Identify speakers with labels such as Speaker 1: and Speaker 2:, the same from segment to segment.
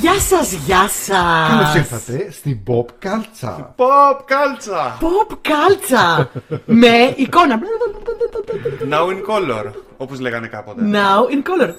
Speaker 1: Γεια σας, γεια σας!
Speaker 2: Καλώς ήρθατε στην Pop Κάλτσα.
Speaker 3: Pop κάλτσα!
Speaker 1: Pop κάλτσα! με εικόνα.
Speaker 3: Now in color, όπω λέγανε κάποτε.
Speaker 1: Now in color.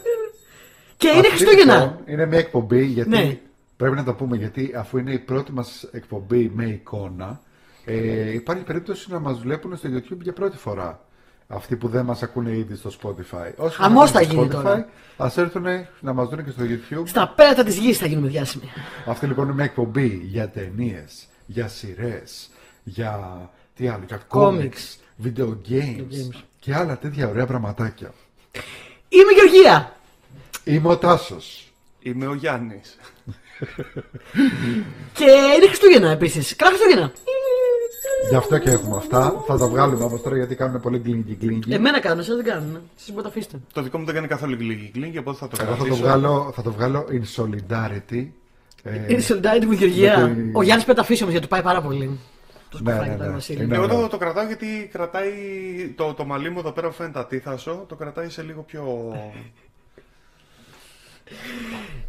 Speaker 1: Και Ε, είναι Χριστούγεννα.
Speaker 2: λοιπόν είναι μια εκπομπή γιατί.
Speaker 1: Ναι.
Speaker 2: Πρέπει να το πούμε γιατί αφού είναι η πρώτη μας εκπομπή με εικόνα, ε, υπάρχει περίπτωση να μας βλέπουν στο YouTube για πρώτη φορά. Αυτοί που δεν μας ακούνε ήδη στο Spotify. Όσοι
Speaker 1: Χαμός
Speaker 2: μας
Speaker 1: θα
Speaker 2: ακούνε
Speaker 1: γίνει
Speaker 2: στο
Speaker 1: τώρα.
Speaker 2: Spotify, ας έρθουν να μας δουν και στο YouTube.
Speaker 1: Στα πέρατα της γης θα γίνουμε διάσημοι.
Speaker 2: Αυτή λοιπόν είναι μια εκπομπή για ταινίες, για σειρές, για τι άλλο, για
Speaker 1: Comics,
Speaker 2: κόμιξ, video games
Speaker 1: games.
Speaker 2: και άλλα τέτοια ωραία πραγματάκια.
Speaker 1: Είμαι η Γεωργία.
Speaker 2: Είμαι ο Τάσος.
Speaker 3: Είμαι ο Γιάννης.
Speaker 1: Και είναι Χριστούγεννα επίσης. Καλά Χριστούγεννα.
Speaker 2: Γι' αυτό και έχουμε αυτά. Θα τα βγάλουμε όμω τώρα γιατί κάνουν πολύ γκλίνγκι γκλίνγκι. Ε,
Speaker 1: Εμένα κάνουν, εσά δεν κάνουν. Σα μπορείτε να αφήσετε.
Speaker 3: Το δικό μου δεν κάνει καθόλου γκλίνγκ, οπότε θα το
Speaker 2: Εγώ θα το,
Speaker 3: κρατήσω.
Speaker 2: βγάλω, θα το βγάλω in solidarity. Ε,
Speaker 1: Είναι solidarity με τη Γεωργία.
Speaker 2: με τη-
Speaker 1: Ο Γιάννης πρέπει να αφήσει όμως γιατί του πάει πάρα πολύ. Το
Speaker 2: Ναι,
Speaker 1: σκουφάκι
Speaker 2: ναι,
Speaker 1: του
Speaker 2: ναι.
Speaker 1: Βασίλη.
Speaker 2: Είναι-
Speaker 3: Εγώ το, το κρατάω γιατί κρατάει το, το μαλλί μου εδώ πέρα που φαίνεται ατίθασο, το κρατάει σε λίγο πιο.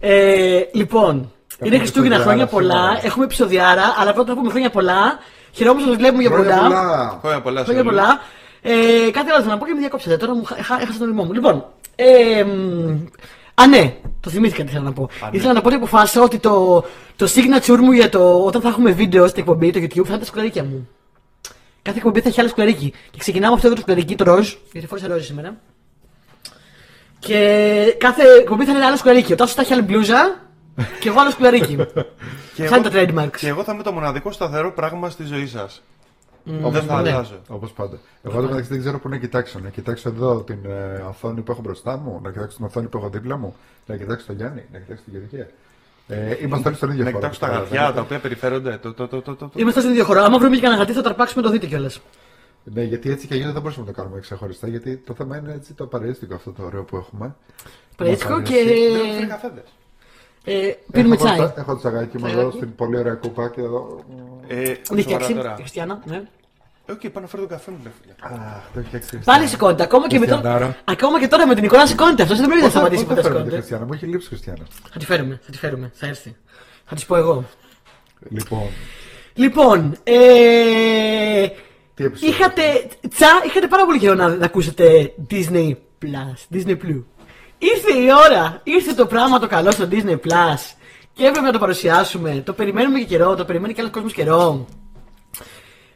Speaker 1: Ε, λοιπόν, είναι Χριστούγεννα,
Speaker 2: Χριστούγεννα,
Speaker 1: χρόνια
Speaker 2: σήμερα.
Speaker 1: πολλά. Έχουμε επεισοδιάρα, αλλά πρώτα να πούμε χρόνια πολλά. Χαιρόμαστε που σα βλέπουμε για
Speaker 2: χρόνια
Speaker 1: κοντά.
Speaker 2: πολλά.
Speaker 3: Χρόνια πολλά, σε
Speaker 1: Χρόνια
Speaker 3: όλους.
Speaker 1: πολλά. Ε, κάτι άλλο θέλω να πω και με διακόψατε. Τώρα μου χα- χα- έχασα το μυαλό μου. Λοιπόν. Ε, μ, α, ναι, το θυμήθηκα τι θέλω να πω.
Speaker 3: ναι.
Speaker 1: Ήθελα να πω ότι αποφάσισα ότι το, το signature μου για το όταν θα έχουμε βίντεο στην εκπομπή, το YouTube, θα είναι τα σκουλαρίκια μου. Κάθε εκπομπή θα έχει άλλο σκουλαρίκι. Και ξεκινάμε αυτό εδώ το σκουλαρίκι, το ροζ, γιατί φόρεσα ροζ σήμερα. Και κάθε εκπομπή θα είναι ένα άλλο σκουλαρίκι. Ο Τάσος θα έχει άλλη μπλούζα και εγώ άλλος σκουλαρίκι.
Speaker 3: Και
Speaker 1: Αυτά είναι τα trademarks.
Speaker 3: και εγώ θα είμαι το μοναδικό σταθερό πράγμα στη ζωή σας.
Speaker 2: Όπως
Speaker 3: Δεν θα
Speaker 1: Ναι.
Speaker 2: πάντα.
Speaker 3: αλλάζω.
Speaker 2: Όπως πάντα. Εγώ εδώ μεταξύ δεν ξέρω πού να κοιτάξω. Να κοιτάξω εδώ την ε, οθόνη που έχω μπροστά μου, να κοιτάξω την οθόνη που έχω δίπλα μου, να κοιτάξω τον Γιάννη, να κοιτάξω την Γεωργία. Ε, είμαστε όλοι στον ίδιο
Speaker 3: Να
Speaker 2: χώρο, Ναι,
Speaker 3: κοιτάξω τα
Speaker 2: καταλαβαίνετε.
Speaker 3: γατιά τα οποία περιφέρονται. Το, το, το, το, το, το.
Speaker 1: Είμαστε στον ίδιο χώρο. Άμα βρούμε και κανένα γατί θα ταρπάξουμε το δείτε κιόλας.
Speaker 2: Ναι, γιατί έτσι και γίνεται δεν μπορούσαμε να το κάνουμε ξεχωριστά, γιατί το θέμα είναι έτσι το παρέστικο αυτό το ωραίο που έχουμε.
Speaker 1: Πρέτσικο
Speaker 2: Μας
Speaker 1: και
Speaker 2: αρέσει.
Speaker 3: Δεν έχουν φέρει καφέδες.
Speaker 1: ε, πίνουμε
Speaker 2: έχω,
Speaker 1: τσάι.
Speaker 2: το- Έχω το τσαγάκι μου εδώ
Speaker 1: Τσαγάκι.
Speaker 2: στην πολύ ωραία κούπα και εδώ.
Speaker 3: Ε,
Speaker 1: Έχει
Speaker 3: σοβαρά
Speaker 1: φτιάξει
Speaker 3: τώρα.
Speaker 1: η Ναι, Χριστιανά. Ναι.
Speaker 3: Ε, Οκ, πάω να φέρω τον καφέ μου, ρε φίλε.
Speaker 2: Αχ, το έχει φτιάξει. η
Speaker 1: Πάλι
Speaker 2: Χριστιανά.
Speaker 1: σηκώνεται. Ακόμα και, με τον-
Speaker 2: Χριστιανάρα.
Speaker 1: ακόμα και τώρα με την εικόνα σηκώνεται. Αυτό δεν πρέπει να
Speaker 2: Πότε-
Speaker 1: σταματήσει
Speaker 2: πότε
Speaker 1: που τα
Speaker 2: φέρνετε τη
Speaker 1: σηκώνεται.
Speaker 2: Χριστιανά, μου έχει λείψει η Χριστιανά.
Speaker 1: Θα τη φέρουμε, θα τη φέρουμε. Θα έρθει. Θα της πω εγώ.
Speaker 2: Λοιπόν,
Speaker 1: Λοιπόν, ε,
Speaker 2: τι επεισόδιο.
Speaker 1: είχατε, τσα, είχατε πάρα πολύ καιρό να, να ακούσετε Disney Plus, Disney Plus. Ήρθε η ώρα, ήρθε το πράγμα το καλό στο Disney Plus και έπρεπε να το παρουσιάσουμε. Το περιμένουμε και καιρό, το περιμένει και άλλος κόσμος καιρό.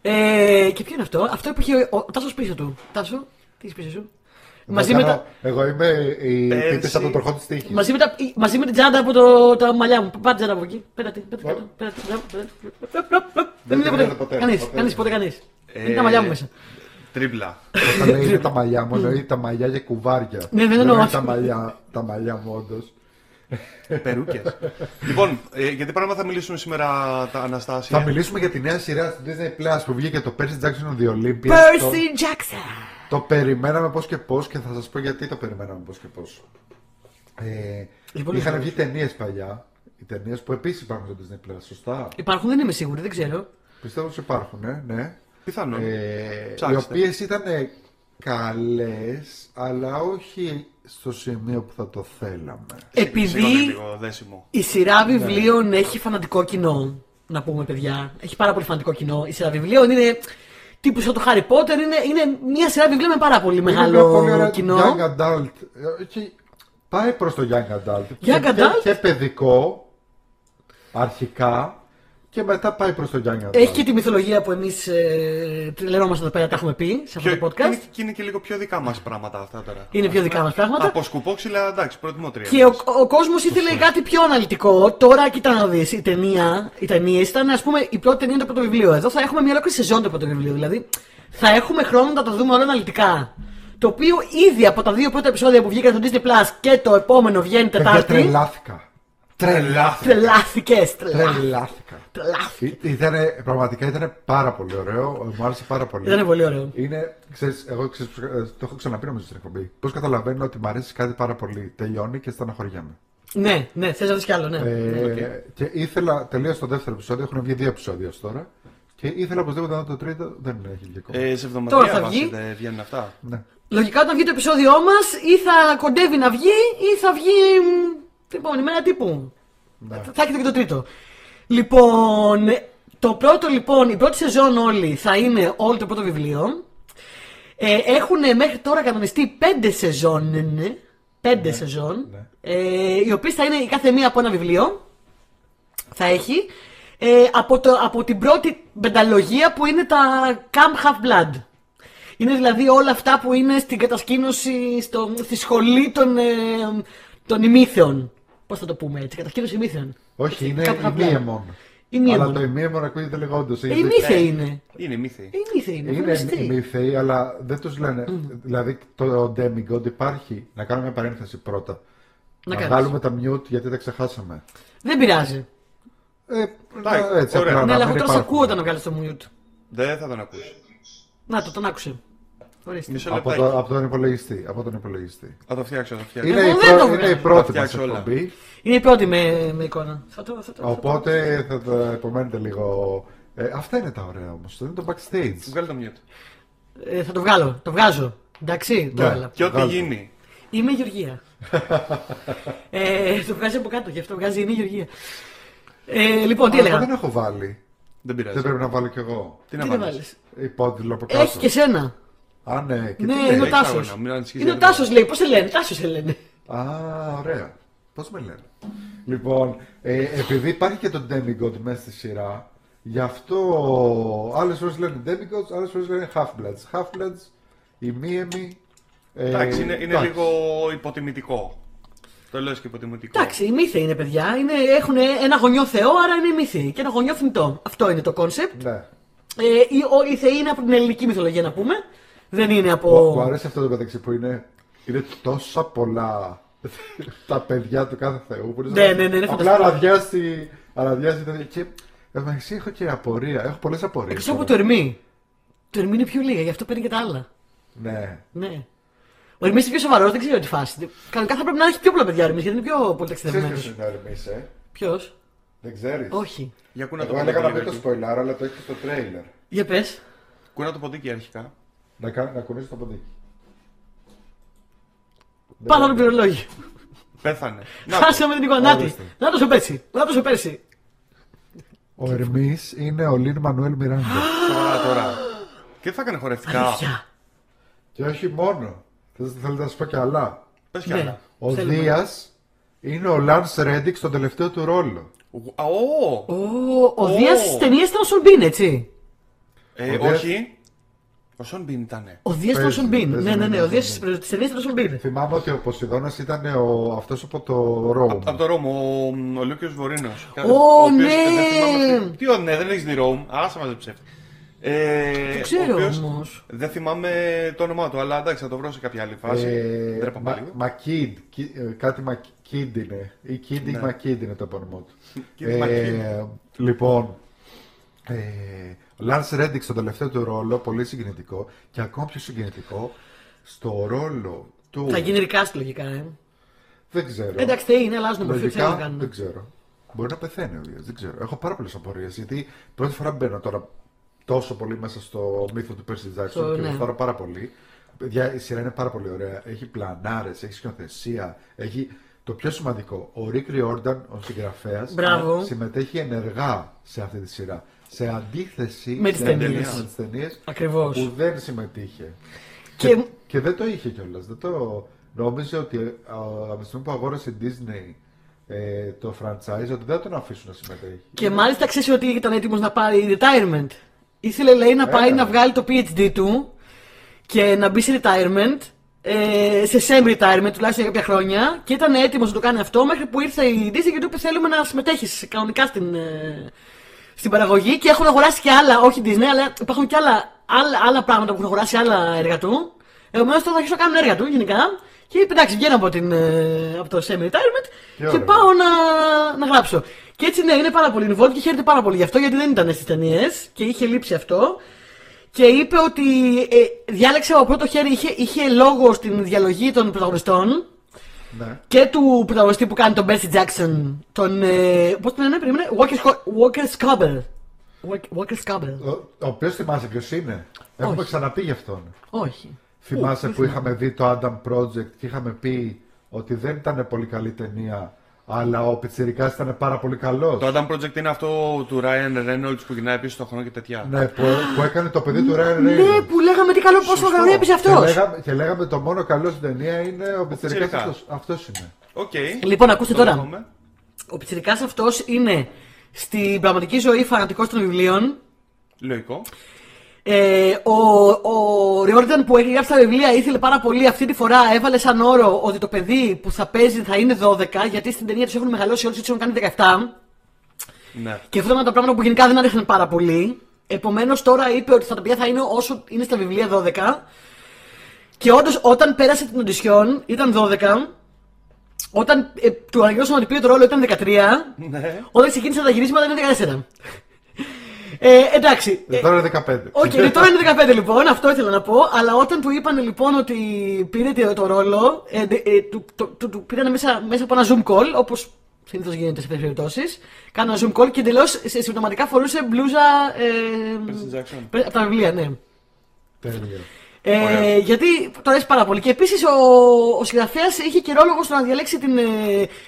Speaker 1: Ε, και ποιο είναι αυτό, αυτό που είχε ο, ο Τάσος πίσω του. Τάσο, τι είσαι πίσω σου. Μαζί με,
Speaker 2: Εγώ
Speaker 1: τα,
Speaker 2: κάνω- Εγώ είμαι η
Speaker 3: Πέρσι-
Speaker 2: πίτες από το τροχό της τύχης.
Speaker 1: μαζί, με τα, μαζί με την τσάντα από το, τα μαλλιά μου. Πάτε τσάντα από εκεί. Πέτα την, πέτα την κάτω. πέτα την, μπράβο, πέτα την. Πλοπ, πλοπ, πλοπ. Δεν
Speaker 2: την
Speaker 1: είναι
Speaker 2: είδα ποτέ,
Speaker 1: ποτέ. Κανείς,
Speaker 2: ποτέ.
Speaker 1: κανείς, ποτέ κανείς.
Speaker 3: Ε,
Speaker 1: Είναι τα μαλλιά μου μέσα.
Speaker 3: Τρίπλα.
Speaker 2: Όταν λέει είναι τα μαλλιά μου, εννοεί τα μαλλιά για κουβάρια.
Speaker 1: Ναι, δεν εννοώ
Speaker 2: εννοεί
Speaker 1: αυτό.
Speaker 2: τα μαλλιά, τα μαλλιά μου, όντως.
Speaker 3: Περούκες. λοιπόν, ε, για τι πράγμα θα μιλήσουμε σήμερα, τα Αναστάσια.
Speaker 2: Θα μιλήσουμε για τη νέα σειρά του Disney Plus που βγήκε το Percy Jackson on the Olympians. ε, Το,
Speaker 1: Percy Jackson.
Speaker 2: το περιμέναμε πώς και πώς και θα σας πω γιατί το περιμέναμε πώς και πώς. Ε,
Speaker 1: Λοιπόν,
Speaker 2: είχαν
Speaker 1: λοιπόν.
Speaker 2: βγει ταινίες παλιά. Οι ταινίες που επίσης υπάρχουν στο Disney Plus, σωστά.
Speaker 1: Υπάρχουν, δεν είμαι σίγουρη, δεν ξέρω.
Speaker 2: Πιστεύω ότι υπάρχουν, ε, ναι.
Speaker 3: Πιθανόν.
Speaker 2: Ε, οι
Speaker 3: Ψάξτε.
Speaker 2: οποίες ήταν καλές, αλλά όχι στο σημείο που θα το θέλαμε.
Speaker 3: Σήκωνε
Speaker 1: Επειδή
Speaker 3: λίγο δέσιμο.
Speaker 1: η σειρά
Speaker 2: Ναι.
Speaker 1: βιβλίων έχει φανατικό κοινό, να πούμε παιδιά. Έχει πάρα πολύ φανατικό κοινό. Η σειρά βιβλίων είναι τύπου σαν το Harry Potter, είναι, είναι μια σειρά βιβλίων με πάρα πολύ
Speaker 2: Είναι μια πολύ
Speaker 1: μεγάλο
Speaker 2: ωραία
Speaker 1: κοινό.
Speaker 2: Young adult. Ε, όχι, Πάει προς το young adult.
Speaker 1: Young
Speaker 2: και,
Speaker 1: adult.
Speaker 2: Και, και παιδικό. Αρχικά. Και μετά πάει προς το young adult.
Speaker 1: Έχει και τη μυθολογία που εμείς ε, τρελαινόμαστε εδώ πέρα, τα έχουμε πει σε αυτό
Speaker 3: Πιο-
Speaker 1: το
Speaker 3: είναι,
Speaker 1: podcast.
Speaker 3: και είναι και λίγο πιο δικά μας πράγματα αυτά τώρα.
Speaker 1: Είναι πιο δικά μας πράγματα.
Speaker 3: Από σκουπόξυλα, εντάξει, προτιμώ τρία.
Speaker 1: Και ο, ο κόσμος ήθελε κάτι πιο αναλυτικό. Τώρα, κοίτα να δεις, η ταινία, οι ταινίε ήταν, ας πούμε, η πρώτη ταινία είναι το πρώτο βιβλίο. Εδώ θα έχουμε μια ολόκληρη σεζόν το πρώτο βιβλίο. Δηλαδή, θα έχουμε χρόνο να τα δούμε όλα αναλυτικά. Το οποίο ήδη από τα δύο πρώτα επεισόδια που βγήκαν στο Disney Plus και το επόμενο βγαίνει
Speaker 2: Παιδιά,
Speaker 1: Τετάρτη.
Speaker 2: τρελάθηκα. Τρελάθηκα.
Speaker 1: Τρελάθηκες, τρελάθηκες.
Speaker 2: Τρελάθηκα.
Speaker 1: Τρελάθηκα.
Speaker 2: Ήτανε, πραγματικά ήταν πάρα πολύ ωραίο. Μου άρεσε πάρα πολύ.
Speaker 1: Ήτανε πολύ ωραίο.
Speaker 2: Είναι, ξέρεις, εγώ ξέρεις, πώς- ε, το έχω ξαναπεί νομίζω στην εκπομπή. Πώς καταλαβαίνω ότι μου αρέσει κάτι πάρα πολύ. Τελειώνει και στεναχωριέμαι.
Speaker 1: Ναι, ναι, θες να δεις κι άλλο, ναι.
Speaker 2: Ε, Και ήθελα, τελείωσε το δεύτερο επεισόδιο, έχουν βγει δύο επεισόδια ως τώρα. Και ήθελα οπωσδήποτε να δω το τρίτο, δεν έχει βγει ακόμα.
Speaker 3: Ε, σε
Speaker 1: Τώρα
Speaker 3: εβδομαδιαία
Speaker 1: θα
Speaker 3: βάση
Speaker 1: βγει.
Speaker 3: δεν βγαίνουν αυτά.
Speaker 2: Ναι.
Speaker 1: Λογικά όταν βγει το επεισόδιό μας, ή θα κοντεύει να βγει, ή θα βγει μ, την επόμενη μέρα τύπου.
Speaker 2: Ναι.
Speaker 1: Θα έχετε και το τρίτο. Λοιπόν, το πρώτο λοιπόν, η πρώτη σεζόν όλη θα είναι όλο το πρώτο βιβλίο. Ε, έχουν μέχρι τώρα κανονιστεί πέντε σεζόν. ναι. Πέντε σεζόν.
Speaker 2: ναι.
Speaker 1: Ε, οι οποίες θα είναι η κάθε μία από ένα βιβλίο. Θα έχει. Ε, από, το, από την πρώτη πενταλογία που είναι τα Camp Half Blood. Είναι δηλαδή όλα αυτά που είναι στην κατασκήνωση, στο, στη σχολή των, ε, των ημίθεων. Πώς θα το πούμε έτσι, κατασκήνωση ημίθεων.
Speaker 2: Όχι, είναι
Speaker 1: Κάπου απλά.
Speaker 2: ημίαιμον.
Speaker 1: Ημίαιμον.
Speaker 2: Αλλά το ημίαιμον ακούγεται λεγόντως.
Speaker 1: Ε, Η μύθε είναι.
Speaker 3: Είναι μύθι.
Speaker 1: Η μύθε είναι.
Speaker 2: Είναι
Speaker 1: γνωστή.
Speaker 2: ημίθεοι, αλλά δεν τους λένε. Δηλαδή το Demigod υπάρχει. Να κάνουμε μια παρένθεση πρώτα.
Speaker 1: Να
Speaker 2: Να,
Speaker 1: κάνεις.
Speaker 2: βγάλουμε τα mute γιατί τα ξεχάσαμε.
Speaker 1: Δεν πειράζει.
Speaker 2: Ε,
Speaker 3: Εντάξει,
Speaker 2: να- έτσι,
Speaker 3: ωραία.
Speaker 2: απλά να
Speaker 3: Ναι,
Speaker 1: Ναι, αλλά
Speaker 2: μην
Speaker 1: εγώ τώρα σε
Speaker 2: υπάρχουν.
Speaker 1: ακούω όταν βγάλεις το mute.
Speaker 3: Δεν θα τον ακούσεις.
Speaker 1: Να το, τον άκουσε. Ορίστε.
Speaker 3: Μισό
Speaker 2: Από,
Speaker 3: λεπτάκι.
Speaker 2: το, από τον υπολογιστή. Από τον υπολογιστή.
Speaker 3: Θα το φτιάξω, θα το φτιάξω.
Speaker 2: Είναι,
Speaker 1: Εγώ
Speaker 2: η,
Speaker 1: δεν το
Speaker 2: πρω... είναι
Speaker 1: βλέπω.
Speaker 2: η πρώτη
Speaker 3: Θα
Speaker 2: μας
Speaker 3: φτιάξω όλα.
Speaker 2: εκπομπή,
Speaker 1: Είναι η πρώτη με, με εικόνα. Θα το, θα το, θα το-
Speaker 2: οπότε θα τα επομένετε λίγο. Ε, αυτά είναι τα ωραία όμως, είναι το backstage.
Speaker 3: Βγάλε το mute.
Speaker 1: ε, θα το βγάλω. Το βγάζω. Εντάξει, το
Speaker 2: Ναι.
Speaker 1: έβγαλα.
Speaker 3: Και ό,τι
Speaker 2: Βγάλε.
Speaker 3: γίνει.
Speaker 1: Είμαι η Γεωργία. ε, το βγάζει από κάτω, γι' αυτό βγάζει είναι η Γεωργία. Ε, λοιπόν, τι
Speaker 2: Αλλά δεν
Speaker 1: έλεγα.
Speaker 2: έχω βάλει. Δεν
Speaker 3: Δεν πειράζει.
Speaker 2: πρέπει να βάλω κι εγώ.
Speaker 3: Τι
Speaker 1: Τι
Speaker 3: να
Speaker 1: δεν
Speaker 3: βάλεις.
Speaker 1: βάλεις.
Speaker 2: Υπότιτλο από κάτω.
Speaker 1: Έχει και σένα.
Speaker 2: Α, ναι, και
Speaker 1: Ναι,
Speaker 2: τι λέει.
Speaker 1: είναι ο
Speaker 3: Έχει
Speaker 1: Τάσο.
Speaker 3: αγώνα, μην ανησυχείς
Speaker 1: Είναι ο
Speaker 3: για το
Speaker 1: Τάσο, λέει. Πώς σε λένε, Τάσος σε λένε.
Speaker 2: Α, ωραία. Πώς με λένε. Λοιπόν, ε, επειδή υπάρχει και το Demigod μέσα στη σειρά, γι' αυτό άλλες φορές λένε Demigods, άλλες φορές λένε Half-Bloods. Half-Bloods, η Μίεμι. Ε,
Speaker 3: Εντάξει, είναι, είναι
Speaker 2: εντάξει.
Speaker 3: λίγο υποτιμητικό. Το λέω και υποτιμητικό.
Speaker 1: Εντάξει, οι μύθοι είναι παιδιά. Είναι, έχουν ένα γονιό Θεό, άρα είναι μύθοι. Και ένα γονιό θνητό. Αυτό είναι το κόνσεπτ.
Speaker 2: Ναι.
Speaker 1: Ε, οι, ο- οι θεοί είναι από την ελληνική μυθολογία να πούμε. Δεν είναι
Speaker 2: Μου-
Speaker 1: από.
Speaker 2: Μου αρέσει αυτό το μεταξύ που είναι, είναι τόσα πολλά τα παιδιά του κάθε Θεού. Που
Speaker 1: Ναι, ναι, ναι, είναι
Speaker 2: Απλά
Speaker 1: φανταστικό.
Speaker 2: αραδιάσει. αραδιάσει τέτοια. και εν τω μεταξύ έχω και απορία. Έχω πολλές απορίες.
Speaker 1: Εκτός από το Ερμή. Το Ερμή είναι πιο λίγα, γι' αυτό παίρνει και τα άλλα.
Speaker 2: Ναι.
Speaker 1: Ναι. Ο Ερμής είναι πιο σοβαρός, δεν ξέρω τι φάση. Κανονικά θα πρέπει να έχει πιο πολλά παιδιά ο Ερμής, γιατί είναι πιο πολύ
Speaker 2: Ξέρει
Speaker 1: ταξιδευμένο.
Speaker 2: ποιος είναι ο Ερμής, ε.
Speaker 1: Ποιος?
Speaker 2: Δεν ξέρεις.
Speaker 1: Όχι.
Speaker 3: Για κούνα το
Speaker 2: Εγώ έλεγα να μην το
Speaker 3: ποντίκι.
Speaker 2: σποϊλάρω, αλλά το έχει στο τρέιλερ.
Speaker 1: Για πες.
Speaker 3: Κούνα το ποντίκι αρχικά.
Speaker 2: Να, κα... να κουνήσει το ποντίκι.
Speaker 1: Πάνω από το πυρολόγιο.
Speaker 3: Πέθανε. Να το.
Speaker 1: Χάσαμε την εικονάτη.
Speaker 2: Ορίστε.
Speaker 1: Να το σου πέρσι. Να το σου πέρσι.
Speaker 2: Ο Ερμής είναι ο Λίν Μανουέλ Μιράντα.
Speaker 3: Σοβαρά τώρα. Και τι θα έκανε χορευτικά.
Speaker 1: Αλήθεια.
Speaker 2: και όχι μόνο. Θέλω θέλετε να σας πω κι άλλα.
Speaker 3: Πες κι
Speaker 1: Ναι.
Speaker 3: άλλα.
Speaker 2: Ο
Speaker 1: Θέλουμε.
Speaker 2: Δίας είναι ο Λαν Ρέντικ στον τελευταίο του ρόλο.
Speaker 3: Α, ω!
Speaker 1: Ο, ο
Speaker 3: Ω.
Speaker 1: Δία στι ταινίες ήταν ο Σονμπίν, έτσι.
Speaker 3: Ε,
Speaker 2: Ο Δίας-
Speaker 3: όχι. Ο Σον Μπιν ήταν.
Speaker 1: Ο Δίας ήταν ο
Speaker 2: Παίζει,
Speaker 1: Σονμπίν.
Speaker 2: παίζει
Speaker 1: Ναι, ναι,
Speaker 2: με
Speaker 1: ναι.
Speaker 2: τον
Speaker 1: Ο Δία
Speaker 2: Σον
Speaker 1: στι ταινίε ήταν ο Σονμπίν.
Speaker 2: Θυμάμαι ότι ο Ποσειδώνας ήταν ο... αυτός από το Ρόμ.
Speaker 3: Από το Ρώμ, ο, ο Λούκιος Βορίνος.
Speaker 1: ναι!
Speaker 3: Τι ο, ναι, δεν έχεις δει Ρώμ, άρα σε μαζέψε. Ε,
Speaker 1: Το
Speaker 3: ο
Speaker 1: ξέρω
Speaker 3: οποίος-
Speaker 1: όμως.
Speaker 3: Δεν θυμάμαι το όνομά του, αλλά εντάξει, θα το βρω σε κάποια άλλη φάση.
Speaker 2: Ε,
Speaker 3: Ντρέπαμε
Speaker 2: μα-
Speaker 3: λίγο.
Speaker 2: Μακίδ, Κι- ε, κάτι Μακίδ είναι. Ή Κίντινγκ Μακίδ είναι το επώνυμό του. Ε,
Speaker 3: Κίντ Μακίδ.
Speaker 2: λοιπόν, ε, ο Λάνς Ρέντικ στον τελευταίο του ρόλο, πολύ συγκινητικό και ακόμη πιο συγκινητικό, στο ρόλο του...
Speaker 1: Θα γίνει recast λογικά, ε.
Speaker 2: Δεν ξέρω.
Speaker 1: Εντάξει, θεοί είναι, αλλάζουν το τι να
Speaker 2: Λογικά
Speaker 1: κάνουν.
Speaker 2: δεν ξέρω. Μπορεί να πεθαίνει ο Δίας, δεν ξέρω. Έχω πάρα πολλές απορίες γιατί πρώτη φορά μπαίνω τώρα τόσο πολύ μέσα στο μύθο του Percy Jackson
Speaker 1: Στο-
Speaker 2: και
Speaker 1: ναι.
Speaker 2: ναι. γουστάρω πάρα πολύ. Παιδιά, η σειρά είναι πάρα πολύ ωραία. Έχει πλανάρες, έχει σκηνοθεσία. Έχει... Το πιο σημαντικό, ο Rick Riordan, ο συγγραφέας,
Speaker 1: Μπράβο.
Speaker 2: συμμετέχει ενεργά σε αυτή τη σειρά. Σε αντίθεση
Speaker 1: Με τις
Speaker 2: σε
Speaker 1: ταινίες.
Speaker 2: αντίθεση με τις ταινίες
Speaker 1: Ακριβώς.
Speaker 2: που δεν συμμετείχε.
Speaker 1: Και...
Speaker 2: Και δεν το είχε κιόλας. Δεν το νόμιζε ότι ε, α, από τη στιγμή που αγόρασε η Disney ε, το franchise, ότι δεν θα τον αφήσουν να συμμετέχει.
Speaker 1: και μάλιστα ξέρεις ότι ήταν έτοιμος να πάρει retirement. Ήθελε, λέει, να πάει
Speaker 2: Έκανε.
Speaker 1: να βγάλει το PhD του και να μπει σε retirement. ε, σε semi retirement τουλάχιστον για κάποια χρόνια και ήταν έτοιμος να το κάνει αυτό μέχρι που ήρθε η Disney και του είπε: Θέλουμε να συμμετέχεις κανονικά στην, ε, στην παραγωγή και έχουν αγοράσει και άλλα, όχι Disney, αλλά υπάρχουν και άλλα, άλλα, άλλα πράγματα που έχουν αγοράσει άλλα έργα του. Επομένως τώρα θα αρχίσω να κάνουν έργα του γενικά. Και είπε: Εντάξει, βγαίνω από, την, ε, από το semi retirement και,
Speaker 2: Και ωραία.
Speaker 1: πάω να, να γράψω. Και έτσι ναι, είναι πάρα πολύ involved και χαίρεται πάρα πολύ γι' αυτό γιατί δεν ήταν στις ταινίες και είχε λείψει αυτό. Και είπε ότι ε, διάλεξε από πρώτο χέρι, είχε, είχε λόγο στην διαλογή των πρωταγωνιστών
Speaker 2: Ναι.
Speaker 1: και του πρωταγωνιστή που κάνει τον Percy Jackson, τον. Ε, Πώς τον λένε, περίμενε, Walker, Sco- Walker Scobble. Walker- Walker Scobble.
Speaker 2: Ο, ο οποίος θυμάσαι ποιος είναι. Έχουμε
Speaker 1: Όχι.
Speaker 2: ξαναπεί γι' αυτόν.
Speaker 1: Όχι. ναι.
Speaker 2: θυμάσαι που είχαμε δει το Adam Project και είχαμε πει ότι δεν ήταν πολύ καλή ταινία, Αλλά ο Πιτσυρικά ήταν πάρα πολύ καλός.
Speaker 3: Το Adam Project είναι αυτό του Ryan Reynolds που γυρνάει πίσω στον χρόνο και τέτοια.
Speaker 2: Ναι, που, που έκανε το παιδί του Ryan
Speaker 1: Ναι,
Speaker 2: Reynolds.
Speaker 1: που λέγαμε τι καλό πόσο καλό έπαιζε
Speaker 2: Και
Speaker 1: αυτός.
Speaker 2: λέγαμε, και λέγαμε το μόνο καλό στην ταινία είναι ο Πιτσυρικά.
Speaker 3: Πιτσιρικάς.
Speaker 2: Αυτός, αυτός είναι.
Speaker 3: Οκ.
Speaker 1: Λοιπόν, ακούστε
Speaker 3: Το
Speaker 1: τώρα.
Speaker 3: δέχομαι.
Speaker 1: Ο Πιτσυρικά αυτός είναι στην πραγματική ζωή φανατικός των βιβλίων.
Speaker 3: Λογικό.
Speaker 1: Ε, ο, ο Ριόρνταν που έχει γράψει τα βιβλία ήθελε πάρα πολύ αυτή τη φορά έβαλε σαν όρο ότι το παιδί που θα παίζει θα είναι 12 γιατί στην ταινία τους έχουν μεγαλώσει όλους του έχουν κάνει 17.
Speaker 3: Ναι.
Speaker 1: Και αυτό ήταν τα πράγματα που γενικά δεν άρεσαν πάρα πολύ. Επομένως, τώρα είπε ότι στα παιδιά θα είναι όσο είναι στα βιβλία 12. Και όντως, όταν πέρασε την οντισιόν, ήταν 12. Όταν ε, του ανακοινώσαν ότι πήρε το ρόλο, ήταν 13.
Speaker 3: Ναι.
Speaker 1: Όταν ξεκίνησαν τα γυρίσματα, ήταν 14. Ε, εντάξει.
Speaker 2: Ε,
Speaker 1: Ε,
Speaker 2: τώρα είναι 15.
Speaker 1: Οκ, okay, τώρα είναι 15 λοιπόν, αυτό ήθελα να πω. Αλλά όταν του είπαν λοιπόν ότι πήρε το- το ρόλο, ε, ντε- ε, του, το- του- του πήραν μέσα, μέσα από ένα Zoom call, όπως συνήθως γίνεται σε τέτοιες περιπτώσεις. Κάνω ένα Zoom call και εντελώς συμπτωματικά φορούσε μπλούζα.
Speaker 3: Percy
Speaker 1: Ε,
Speaker 3: Jackson.
Speaker 1: πρε- από τα βιβλία, ναι.
Speaker 2: Τέλειο.
Speaker 1: Ε,
Speaker 3: Ωραία.
Speaker 1: γιατί το αρέσει πάρα πολύ. Και επίσης ο, ο συγγραφέας είχε και ρόλο στο να διαλέξει την, ε,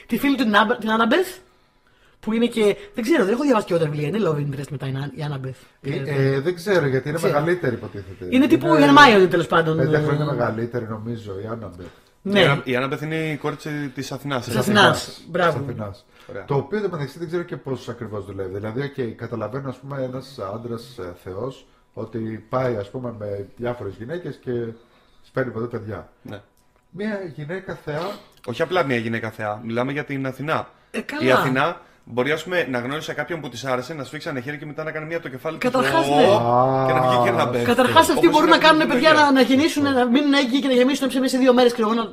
Speaker 1: τη φίλη του, την, Άμπε- την Annabeth, Που είναι και. Δεν ξέρω, δεν έχω διαβάσει και όλα τα βιβλία. Είναι love interest μετά η Να- η Annabeth.
Speaker 2: Ε, ε, δεν ξέρω γιατί είναι
Speaker 1: Ξέρω.
Speaker 2: μεγαλύτερη υποτίθεται.
Speaker 1: Είναι τύπου Hermione τέλος πάντων.
Speaker 2: Πέντε χρόνια
Speaker 1: Ε,
Speaker 2: μεγαλύτερη νομίζω η Άνναμπε.
Speaker 3: Η
Speaker 1: Ναι.
Speaker 3: Άννα- Η Άννα Μπεθ είναι η κόρη της Αθηνάς.
Speaker 1: Της Αθηνάς. μπράβο.
Speaker 3: Ωραία.
Speaker 2: Το οποίο εν τω μεταξύ δεν ξέρω και πώς ακριβώς δουλεύει. Δηλαδή, okay, καταλαβαίνω, ας πούμε, ένας άντρας θεός ότι πάει ας πούμε, με διάφορες γυναίκες και σπέρνει ποτέ παιδιά.
Speaker 3: Ναι.
Speaker 2: Μια γυναίκα θεά.
Speaker 3: Όχι απλά μια γυναίκα θεά. Μιλάμε για την Αθηνά.
Speaker 1: Ε, καλά.
Speaker 3: Η Αθηνά μπορεί ας πούμε, να γνώρισε κάποιον που της άρεσε, να σφίξει ένα χέρι και μετά να κάνει μία από το κεφάλι του.
Speaker 1: Καταρχάς,
Speaker 3: «Ω»,
Speaker 1: ναι.
Speaker 3: Και να βγει και να μπε.
Speaker 1: Καταρχάς, αυτοί μπορούν να κάνουν παιδιά να, να γεννήσουν, να μείνουν έγκυοι και να γεμίσουν σε μέσα σε δύο μέρε. Να...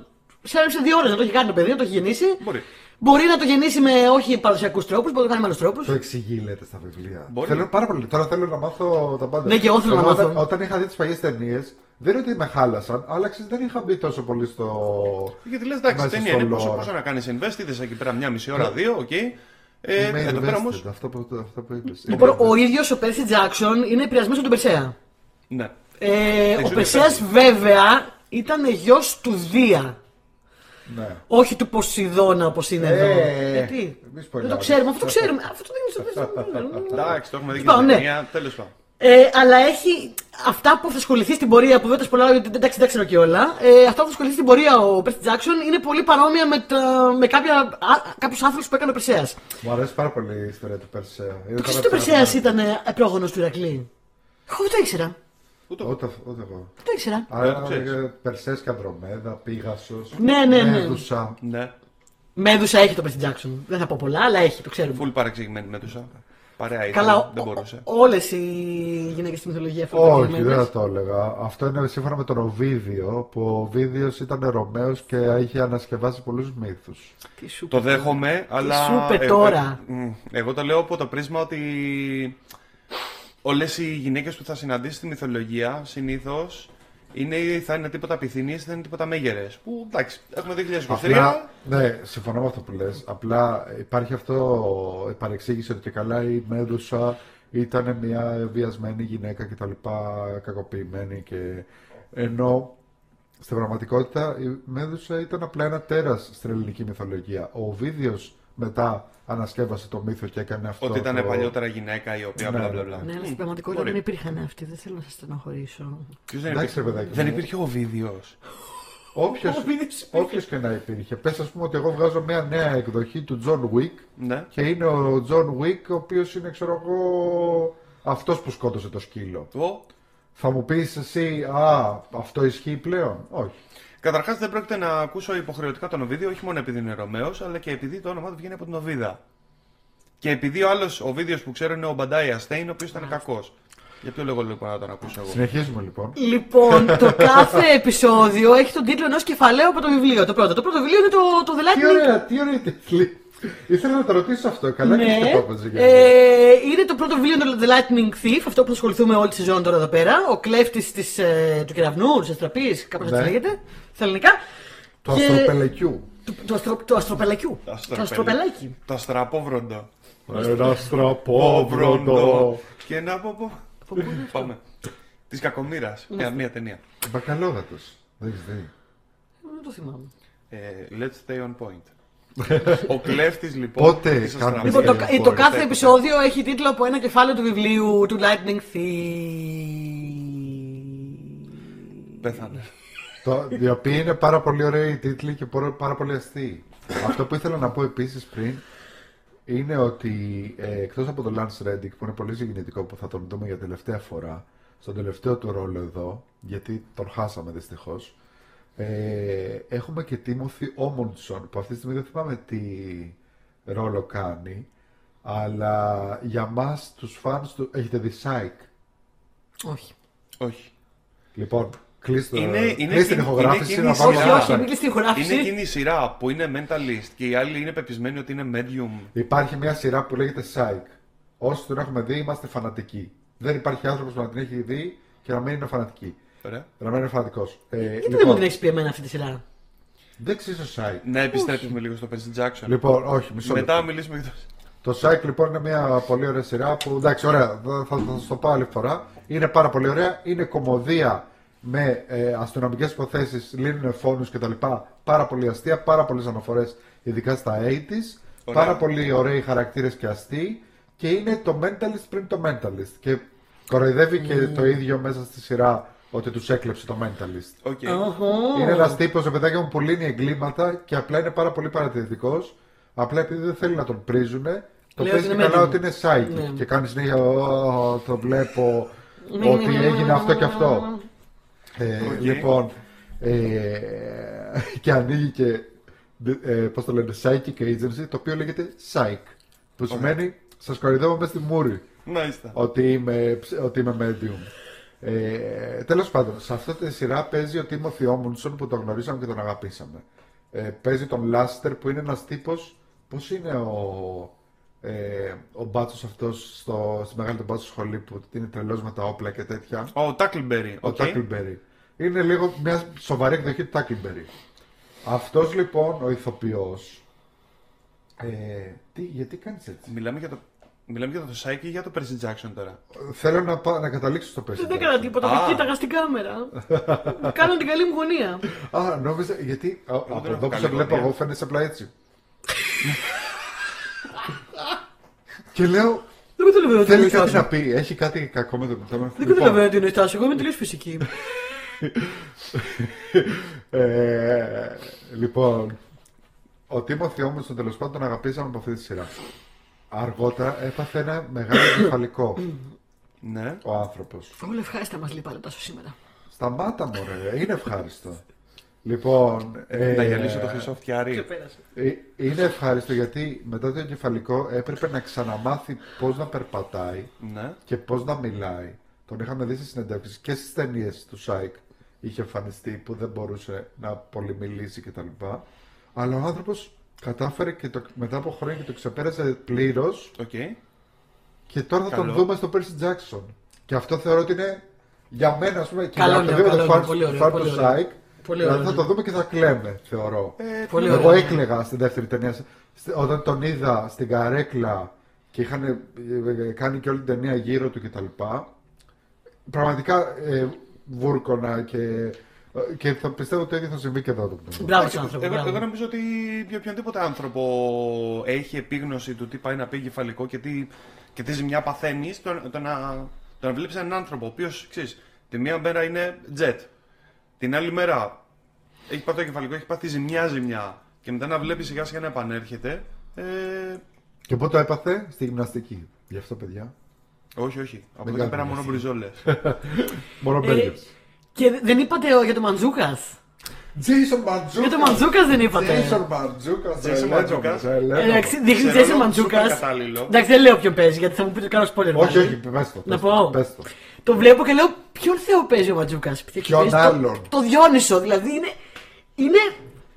Speaker 1: Σε, σε δύο ώρες να το έχει κάνει το παιδί, να το έχει γεννήσει.
Speaker 3: Μπορεί.
Speaker 1: Μπορεί να το γεννήσει με όχι παραδοσιακούς τρόπους, μπορεί να το κάνει με άλλους τρόπους.
Speaker 2: Το εξηγεί, λέτε, στα βιβλία.
Speaker 3: Μπορεί.
Speaker 2: Θέλω πάρα πολύ. Τώρα θέλω να μάθω τα πάντα.
Speaker 1: Ναι, και εγώ θέλω να
Speaker 2: όταν,
Speaker 1: μάθω.
Speaker 2: Όταν είχα δει τις παλιές ταινίες, δεν είναι ότι με χάλασαν, αλλά ξέρεις, δεν είχα μπει τόσο πολύ στο.
Speaker 3: Γιατί λες, εντάξει,
Speaker 2: Μέσα
Speaker 3: ταινία
Speaker 2: στο
Speaker 3: είναι πόσο,
Speaker 2: lore.
Speaker 3: πόσο να κάνεις invest, είδε εκεί πέρα μια μισή ώρα, δύο, οκ. Ε,
Speaker 2: Είμαι
Speaker 3: εδώ πέρα
Speaker 2: invested,
Speaker 3: όμως.
Speaker 2: Αυτό που, αυτό που είπες. Ε,
Speaker 1: Λοιπόν,
Speaker 2: Είμαι
Speaker 1: ο ίδιος ο Πέρσι Τζάξον είναι επηρεασμένος από τον Περσέα.
Speaker 3: Ναι.
Speaker 1: Ε, ο
Speaker 3: ξέρω,
Speaker 1: Περσέα
Speaker 3: Πέρση.
Speaker 1: βέβαια ήταν γιος του Δία.
Speaker 2: invested. Ναι.
Speaker 1: Όχι του Ποσειδώνα όπως είναι
Speaker 2: Ε,
Speaker 1: εδώ.
Speaker 2: ε,
Speaker 1: Γιατί.
Speaker 2: μη
Speaker 1: Δεν
Speaker 2: σπολιάρεις.
Speaker 1: το ξέρουμε, αυτό το ξέρουμε. Αυτό δεν είναι στο
Speaker 3: Εντάξει, το έχουμε δει και
Speaker 1: Λοιπόν,
Speaker 3: στην
Speaker 1: ναι.
Speaker 3: ταινία. Τέλος πάντων.
Speaker 1: Ε, αλλά έχει αυτά που θα ασχοληθεί στην πορεία, που δεν τα σπολάρω γιατί εντάξει δεν ξέρω κιόλα. Ε, αυτά που θα ασχοληθεί στην πορεία ο Πέρσι Τζάξον είναι πολύ παρόμοια με, τα, με κάποια, α, κάποιους άνθρωπους που έκανε ο Περσέας.
Speaker 2: Μου αρέσει πάρα πολύ η ιστορία του Περσέα. Είναι
Speaker 1: Ξέρεις
Speaker 2: καλά
Speaker 1: ότι ο Περσέας
Speaker 2: ψάχνω.
Speaker 1: ήταν ε, πρόγονος του Ηρακλή. Εγώ δεν το ήξερα.
Speaker 3: Ούτε
Speaker 2: Ούτε, ούτε εγώ.
Speaker 1: Δεν το ήξερα.
Speaker 3: Δεν το
Speaker 2: Άρα
Speaker 3: Ε, ξέρεις.
Speaker 2: Περσέα και Ανδρομέδα, Πίγασος,
Speaker 1: Ναι, ναι, ναι.
Speaker 2: Μέδουσα.
Speaker 3: Ναι.
Speaker 1: Μέδουσα έχει το Πέρσι Τζάξον. Δεν θα πω πολλά, αλλά έχει, το ξέρουμε.
Speaker 3: Φουλ παρεξηγημένη μετούσα. Παρέα ήταν.
Speaker 1: Καλά,
Speaker 3: δεν μπορούσε.
Speaker 1: όλες οι γυναίκες στη μυθολογία αυτό
Speaker 2: Όχι, δεν θα το έλεγα. Αυτό είναι σύμφωνα με τον Οβίδιο, που ο Οβίδιος ήταν Ρωμαίος και είχε ανασκευάσει πολλούς μύθους.
Speaker 3: Το δέχομαι, αλλά.
Speaker 1: σου είπε
Speaker 3: ε,
Speaker 1: τώρα.
Speaker 3: ε, μ, εγώ το λέω από το πρίσμα ότι όλες οι γυναίκες που θα συναντήσει στη μυθολογία συνήθως είναι, θα είναι τίποτα πυθινίε, θα είναι τίποτα μέγερες. Που εντάξει, έχουμε 2023.
Speaker 2: Απλά, ναι, συμφωνώ με αυτό που λες. Απλά υπάρχει αυτό η παρεξήγηση ότι και καλά η Μέδουσα ήταν μια βιασμένη γυναίκα και τα λοιπά, κακοποιημένη και... Ενώ στην πραγματικότητα η Μέδουσα ήταν απλά ένα τέρας στην ελληνική μυθολογία. Ο Βίδιος μετά ανασκεύασε το μύθο και έκανε αυτό.
Speaker 3: Ότι ήταν
Speaker 2: το-
Speaker 3: παλιότερα γυναίκα η οποία
Speaker 2: Ναι,
Speaker 3: μπλα
Speaker 2: ναι,
Speaker 3: μπλα
Speaker 2: ναι.
Speaker 3: μπλα.
Speaker 1: Ναι, αλλά στην
Speaker 3: Μμ,
Speaker 1: πραγματικότητα
Speaker 3: μπορεί.
Speaker 1: δεν υπήρχαν αυτοί. Δεν θέλω να σας στενοχωρήσω.
Speaker 3: Ποιος δεν
Speaker 2: Εντάξει,
Speaker 3: υπήρχε.
Speaker 2: ρε παιδάκι ναι.
Speaker 3: Δεν
Speaker 2: μου.
Speaker 3: υπήρχε ο Βίδιος.
Speaker 2: Όποιος,
Speaker 1: Ο Βίδιος υπήρχε.
Speaker 2: όποιος και να υπήρχε. Πες ας πούμε ότι εγώ βγάζω μια νέα εκδοχή του John Wick
Speaker 3: Ναι.
Speaker 2: Και είναι ο Τζον Wick, ο οποίος είναι, ξέρω εγώ, αυτός που σκότωσε το σκύλο.
Speaker 3: Ο...
Speaker 2: Θα μου πεις εσύ, Α, αυτό ισχύει πλέον. Όχι.
Speaker 3: Καταρχάς δεν πρόκειται να ακούσω υποχρεωτικά τον Οβίδιο, όχι μόνο επειδή είναι Ρωμαίος, αλλά και επειδή το όνομά του βγαίνει από την Οβίδα. Και επειδή ο άλλος Οβίδιο που ξέρω είναι ο Μπαντάι Αστέιν, ο οποίος ήταν κακός. Για ποιο λόγο λοιπόν να τον ακούσω εγώ.
Speaker 2: Συνεχίζουμε λοιπόν.
Speaker 1: Λοιπόν, το κάθε επεισόδιο έχει τον τίτλο ενός κεφαλαίου από το βιβλίο. Το πρώτο. Το πρώτο βιβλίο είναι το, το The
Speaker 2: Τι
Speaker 1: Lightning.
Speaker 2: ωραία, τι ωραία η τίτλη. Ήθελα να το ρωτήσω αυτό. Καλά και
Speaker 1: Ναι.
Speaker 2: στο πάπαζε. γιατί.
Speaker 1: Ε, είναι το πρώτο βιβλίο το The Lightning Thief, αυτό που θα ασχοληθούμε όλη τη σεζόν τώρα εδώ πέρα. Ο κλέφτης ε, του κεραυνού, της αστραπή, κάπως έτσι
Speaker 2: Ναι.
Speaker 1: λέγεται, στα ελληνικά.
Speaker 2: Το
Speaker 1: Και-
Speaker 2: αστροπελεκιού.
Speaker 1: Του, του, αστρο, του αστροπελακιού.
Speaker 3: Το
Speaker 1: Το αστροπελάκι.
Speaker 3: Το αστραπόβροντο.
Speaker 2: Ένα αστροπόβροντο.
Speaker 3: Και να πω. πω.
Speaker 1: Από πού είναι αυτό?
Speaker 3: Πάμε. Της κακομήρα. Μια, μια ταινία.
Speaker 2: Μπακαλόδατος. Δεν έχεις δει.
Speaker 1: Δεν Ε, το θυμάμαι.
Speaker 3: Ε, let's stay on point. Ο κλέφτης λοιπόν.
Speaker 2: Πότε
Speaker 3: της
Speaker 2: κάνουμε
Speaker 3: Αυστραλίας.
Speaker 1: Λοιπόν, το,
Speaker 2: Ε,
Speaker 1: το κάθε
Speaker 3: Ποτέ.
Speaker 1: επεισόδιο έχει τίτλο από ένα κεφάλαιο του βιβλίου του Lightning Thief.
Speaker 3: Πέθανε.
Speaker 2: Το, οι οποίοι είναι πάρα πολύ ωραίοι τίτλοι και πορε- πάρα πολύ αστείοι. Αυτό που ήθελα να πω επίσης πριν είναι ότι ε, εκτός από τον Lance Reddick που είναι πολύ συγκινητικό που θα τον δούμε για τελευταία φορά, στον τελευταίο του ρόλο εδώ, γιατί τον χάσαμε δυστυχώς. Ε, έχουμε και Τίμωθη Όμονσον που αυτή τη στιγμή δεν θυμάμαι τι ρόλο κάνει, αλλά για μας τους φανς του έχετε δει Psych.
Speaker 1: Όχι.
Speaker 3: Όχι.
Speaker 2: Λοιπόν, κλείστε,
Speaker 3: Είναι- είναι
Speaker 2: κλείστε την
Speaker 3: εκείνη-
Speaker 2: ηχογράφηση
Speaker 3: είναι
Speaker 2: να
Speaker 3: εκείνη η
Speaker 2: πάμε
Speaker 1: Όχι,
Speaker 3: σειρά.
Speaker 2: να
Speaker 1: όχι, μην κλειστεί η
Speaker 3: Είναι
Speaker 1: χωράφηση.
Speaker 3: εκείνη η σειρά που είναι mentalist και οι άλλοι είναι πεπισμένοι ότι είναι medium.
Speaker 2: Υπάρχει μια σειρά που λέγεται Psych. Όσοι την έχουμε δει, είμαστε φανατικοί. Δεν υπάρχει άνθρωπος που να την έχει δει και να μην είναι φανατική.
Speaker 3: Ωραία.
Speaker 2: Να μην είναι φανατικός. Ε,
Speaker 1: Γιατί δεν μου
Speaker 2: λοιπόν,
Speaker 1: την έχεις πει εμένα αυτή τη σειρά.
Speaker 2: δεν ξέρω Psych.
Speaker 3: Να επιστρέψουμε λίγο στο Percy Jackson.
Speaker 2: Λοιπόν, όχι, μισό λεπτό.
Speaker 3: Μετά μιλήσουμε για το.
Speaker 2: Το Psych λοιπόν είναι μια πολύ ωραία σειρά που εντάξει, ωραία, θα, θα, θα σας το πάω άλλη φορά. Είναι πάρα πολύ ωραία. Είναι κομμωδία με ε, αστυνομικές υποθέσεις, λύνουν φόνους κτλ. Πάρα πολύ αστεία, πάρα πολλές αναφορές, ειδικά στα 80s.
Speaker 3: Ωραία.
Speaker 2: Πάρα πολύ ωραίοι χαρακτήρες και αστείοι. Και είναι το mentalist πριν το mentalist. Και κοροϊδεύει και το ίδιο μέσα στη σειρά ότι τους έκλεψε το mentalist.
Speaker 3: Οκ.
Speaker 1: Οχο.
Speaker 2: Είναι ένας τύπος, ρε παιδάκι μου, που λύνει εγκλήματα και απλά είναι πάρα πολύ παρατηρητικός. Απλά επειδή δεν θέλει να τον πρίζουνε, το
Speaker 1: Λέει
Speaker 2: παίζει
Speaker 1: ότι
Speaker 2: και
Speaker 1: είναι
Speaker 2: καλά
Speaker 1: medium.
Speaker 2: ότι είναι psychic.
Speaker 1: Ναι.
Speaker 2: Και κάνει συνέχεια, «Ω, το βλέπω,
Speaker 1: Ναι, ναι,
Speaker 2: ότι
Speaker 1: ναι, ναι,
Speaker 2: έγινε
Speaker 1: ναι,
Speaker 2: αυτό και
Speaker 1: ναι, ναι,
Speaker 2: αυτό.
Speaker 1: ναι.
Speaker 2: Ε,
Speaker 3: Οκ.
Speaker 2: Λοιπόν, ε, και ανοίγει και, ε, πώς το λένε, psychic agency, το οποίο λέγεται psych, που σημαίνει σας κορυδεύω μέσα στη μούρη
Speaker 3: Να είστε.
Speaker 2: ότι είμαι, ψ- ότι είμαι medium. Ε, τέλος πάντων, σε αυτή τη σειρά παίζει ο Τίμο Όμουνσον που τον γνωρίσαμε και τον αγαπήσαμε. Ε, παίζει τον Λάστερ που είναι ένας τύπος, πώς είναι ο, ε, ο μπάτσος αυτός στο, στη μεγάλη τον μπάτσο σχολή που είναι τρελός με τα όπλα και τέτοια.
Speaker 3: Ο Τάκλμπερι.
Speaker 2: Ο Τάκλμπερι. Είναι λίγο μια σοβαρή εκδοχή του Τάκλμπερι. Αυτός λοιπόν ο ηθοποιός, ε, τι, γιατί κάνεις έτσι.
Speaker 3: Μιλάμε για το. Μιλάμε για το Psyche ή για το Percy Jackson τώρα.
Speaker 2: Θέλω να, πά- να καταλήξω στο
Speaker 1: Δεν
Speaker 2: πέστη.
Speaker 1: έκανα τίποτα,
Speaker 3: Α.
Speaker 1: δεν κοίταγα στην κάμερα. Κάνω την καλή μου γωνία.
Speaker 2: Α, νόμιζα, γιατί α, από
Speaker 3: έχω
Speaker 2: εδώ που
Speaker 3: καλή
Speaker 2: σε βλέπω
Speaker 3: εικόνα.
Speaker 2: εγώ φαίνεσαι απλά έτσι. και λέω,
Speaker 1: Δεν καταλαβαίνω τι
Speaker 2: θέλει
Speaker 1: εννοείς
Speaker 2: κάτι να
Speaker 1: Τάσο.
Speaker 2: Λοιπόν. πει, έχει κάτι κακό με το θέμα.
Speaker 1: Δεν καταλαβαίνω τι εννοείς Τάσο, εγώ είμαι τελείως φυσική.
Speaker 2: λοιπόν. ε, λοιπόν, ο Τίμωθη όμως τον τέλος πάντων τον αγαπήσαμε από αυτή τη σειρά. Αργότερα έπαθε ένα μεγάλο εγκεφαλικό
Speaker 3: Ναι.
Speaker 2: ο άνθρωπος.
Speaker 1: Όλα ευχάριστα μας λέει πάλι ο Τάσος σήμερα.
Speaker 2: Σταμάτα μωρέ, είναι ευχάριστο. Λοιπόν, ε,
Speaker 3: Να γυαλίσω το χρυσό φτιάρι.
Speaker 1: πέρασε.
Speaker 2: Ε, Είναι ευχάριστο γιατί μετά το εγκεφαλικό έπρεπε να ξαναμάθει πώς να περπατάει
Speaker 3: Ναι.
Speaker 2: και πώς να μιλάει. Τον είχαμε δει σε συνεντεύξεις και στις ταινίες του Σάικ. Είχε εμφανιστεί που δεν μπορούσε να πολύ μιλήσει κτλ. Αλλά ο άνθρωπος κατάφερε και το, μετά από χρόνια και το ξεπέρασε πλήρως
Speaker 3: Οκ.
Speaker 2: και τώρα θα
Speaker 3: Καλό.
Speaker 2: τον δούμε στο Percy Jackson. Και αυτό θεωρώ ότι είναι για μένα, ας πούμε, και
Speaker 1: Καλό
Speaker 2: για
Speaker 1: είναι,
Speaker 2: οποιοδήποτε
Speaker 1: καλό είναι,
Speaker 2: φαν-
Speaker 1: πολύ ωραίο,
Speaker 2: φαν
Speaker 1: πολύ
Speaker 2: του
Speaker 1: ωραίο.
Speaker 2: Σάικ.
Speaker 1: Πολύ
Speaker 2: Δηλαδή
Speaker 1: ωραίο
Speaker 2: θα
Speaker 1: είναι.
Speaker 2: το δούμε και θα κλαίμε, θεωρώ.
Speaker 1: Πολύ
Speaker 2: Εγώ
Speaker 1: ωραία.
Speaker 2: έκλαιγα στη δεύτερη ταινία. Στη- Όταν τον είδα στην καρέκλα και είχαν ε, ε, κάνει και όλη την ταινία γύρω του κτλ. Πραγματικά ε, βούρκωνα και, ε, και θα πιστεύω το ίδιο θα συμβεί και εδώ. το πνεύμα.
Speaker 1: Μπράβο στον άνθρωπο,
Speaker 3: Εγώ, εγώ
Speaker 1: μπράβο.
Speaker 3: νομίζω ότι για οποιονδήποτε άνθρωπο έχει επίγνωση του τι πάει να πει εγκεφαλικό και τι, και τι ζημιά παθαίνεις, το, το να, το να βλέπεις έναν άνθρωπο ο οποίος ξέρεις, τη μία μέρα είναι jet, την άλλη μέρα έχει πάθει το εγκεφαλικό, έχει πάθει ζημιά ζημιά και μετά να βλέπει σιγά σιγά να επανέρχεται. Ε,
Speaker 2: Και πού το έπαθε στη γυμναστική. Γι' αυτό, παιδιά.
Speaker 3: όχι, όχι. Από
Speaker 2: Μην
Speaker 3: εδώ
Speaker 2: κάνουμε
Speaker 3: και πέρα μόνο
Speaker 2: εσύ.
Speaker 3: μπριζόλες.
Speaker 2: Μόνο
Speaker 1: Ε,
Speaker 2: μπέλγιος.
Speaker 1: Και δε- δεν είπατε ο- για το Μαντζούκας.
Speaker 2: Jason Μαντζούκας.
Speaker 1: Για το Μαντζούκας δεν είπατε. Ε,
Speaker 2: Jason Μαντζούκα.
Speaker 3: Jason Μαντζούκας.
Speaker 2: Ναι,
Speaker 1: Εντάξει, δείχνεις
Speaker 3: Ξέρω,
Speaker 1: Τζέσι
Speaker 3: super
Speaker 1: Μαντζούκα.
Speaker 3: κατάλληλο.
Speaker 1: Εντάξει, δεν λέω ποιον παίζει γιατί θα μου πείτε κάνω spoiler.
Speaker 2: Όχι,
Speaker 1: πάλι.
Speaker 2: όχι, πες το.
Speaker 1: Να
Speaker 2: πες το,
Speaker 1: πω.
Speaker 2: πες το.
Speaker 1: Το βλέπω και λέω ποιον θεό παίζει ο Μαντζούκα.
Speaker 2: Ποιον άλλον.
Speaker 1: Το, το Διόνυσο, δηλαδή είναι. Είναι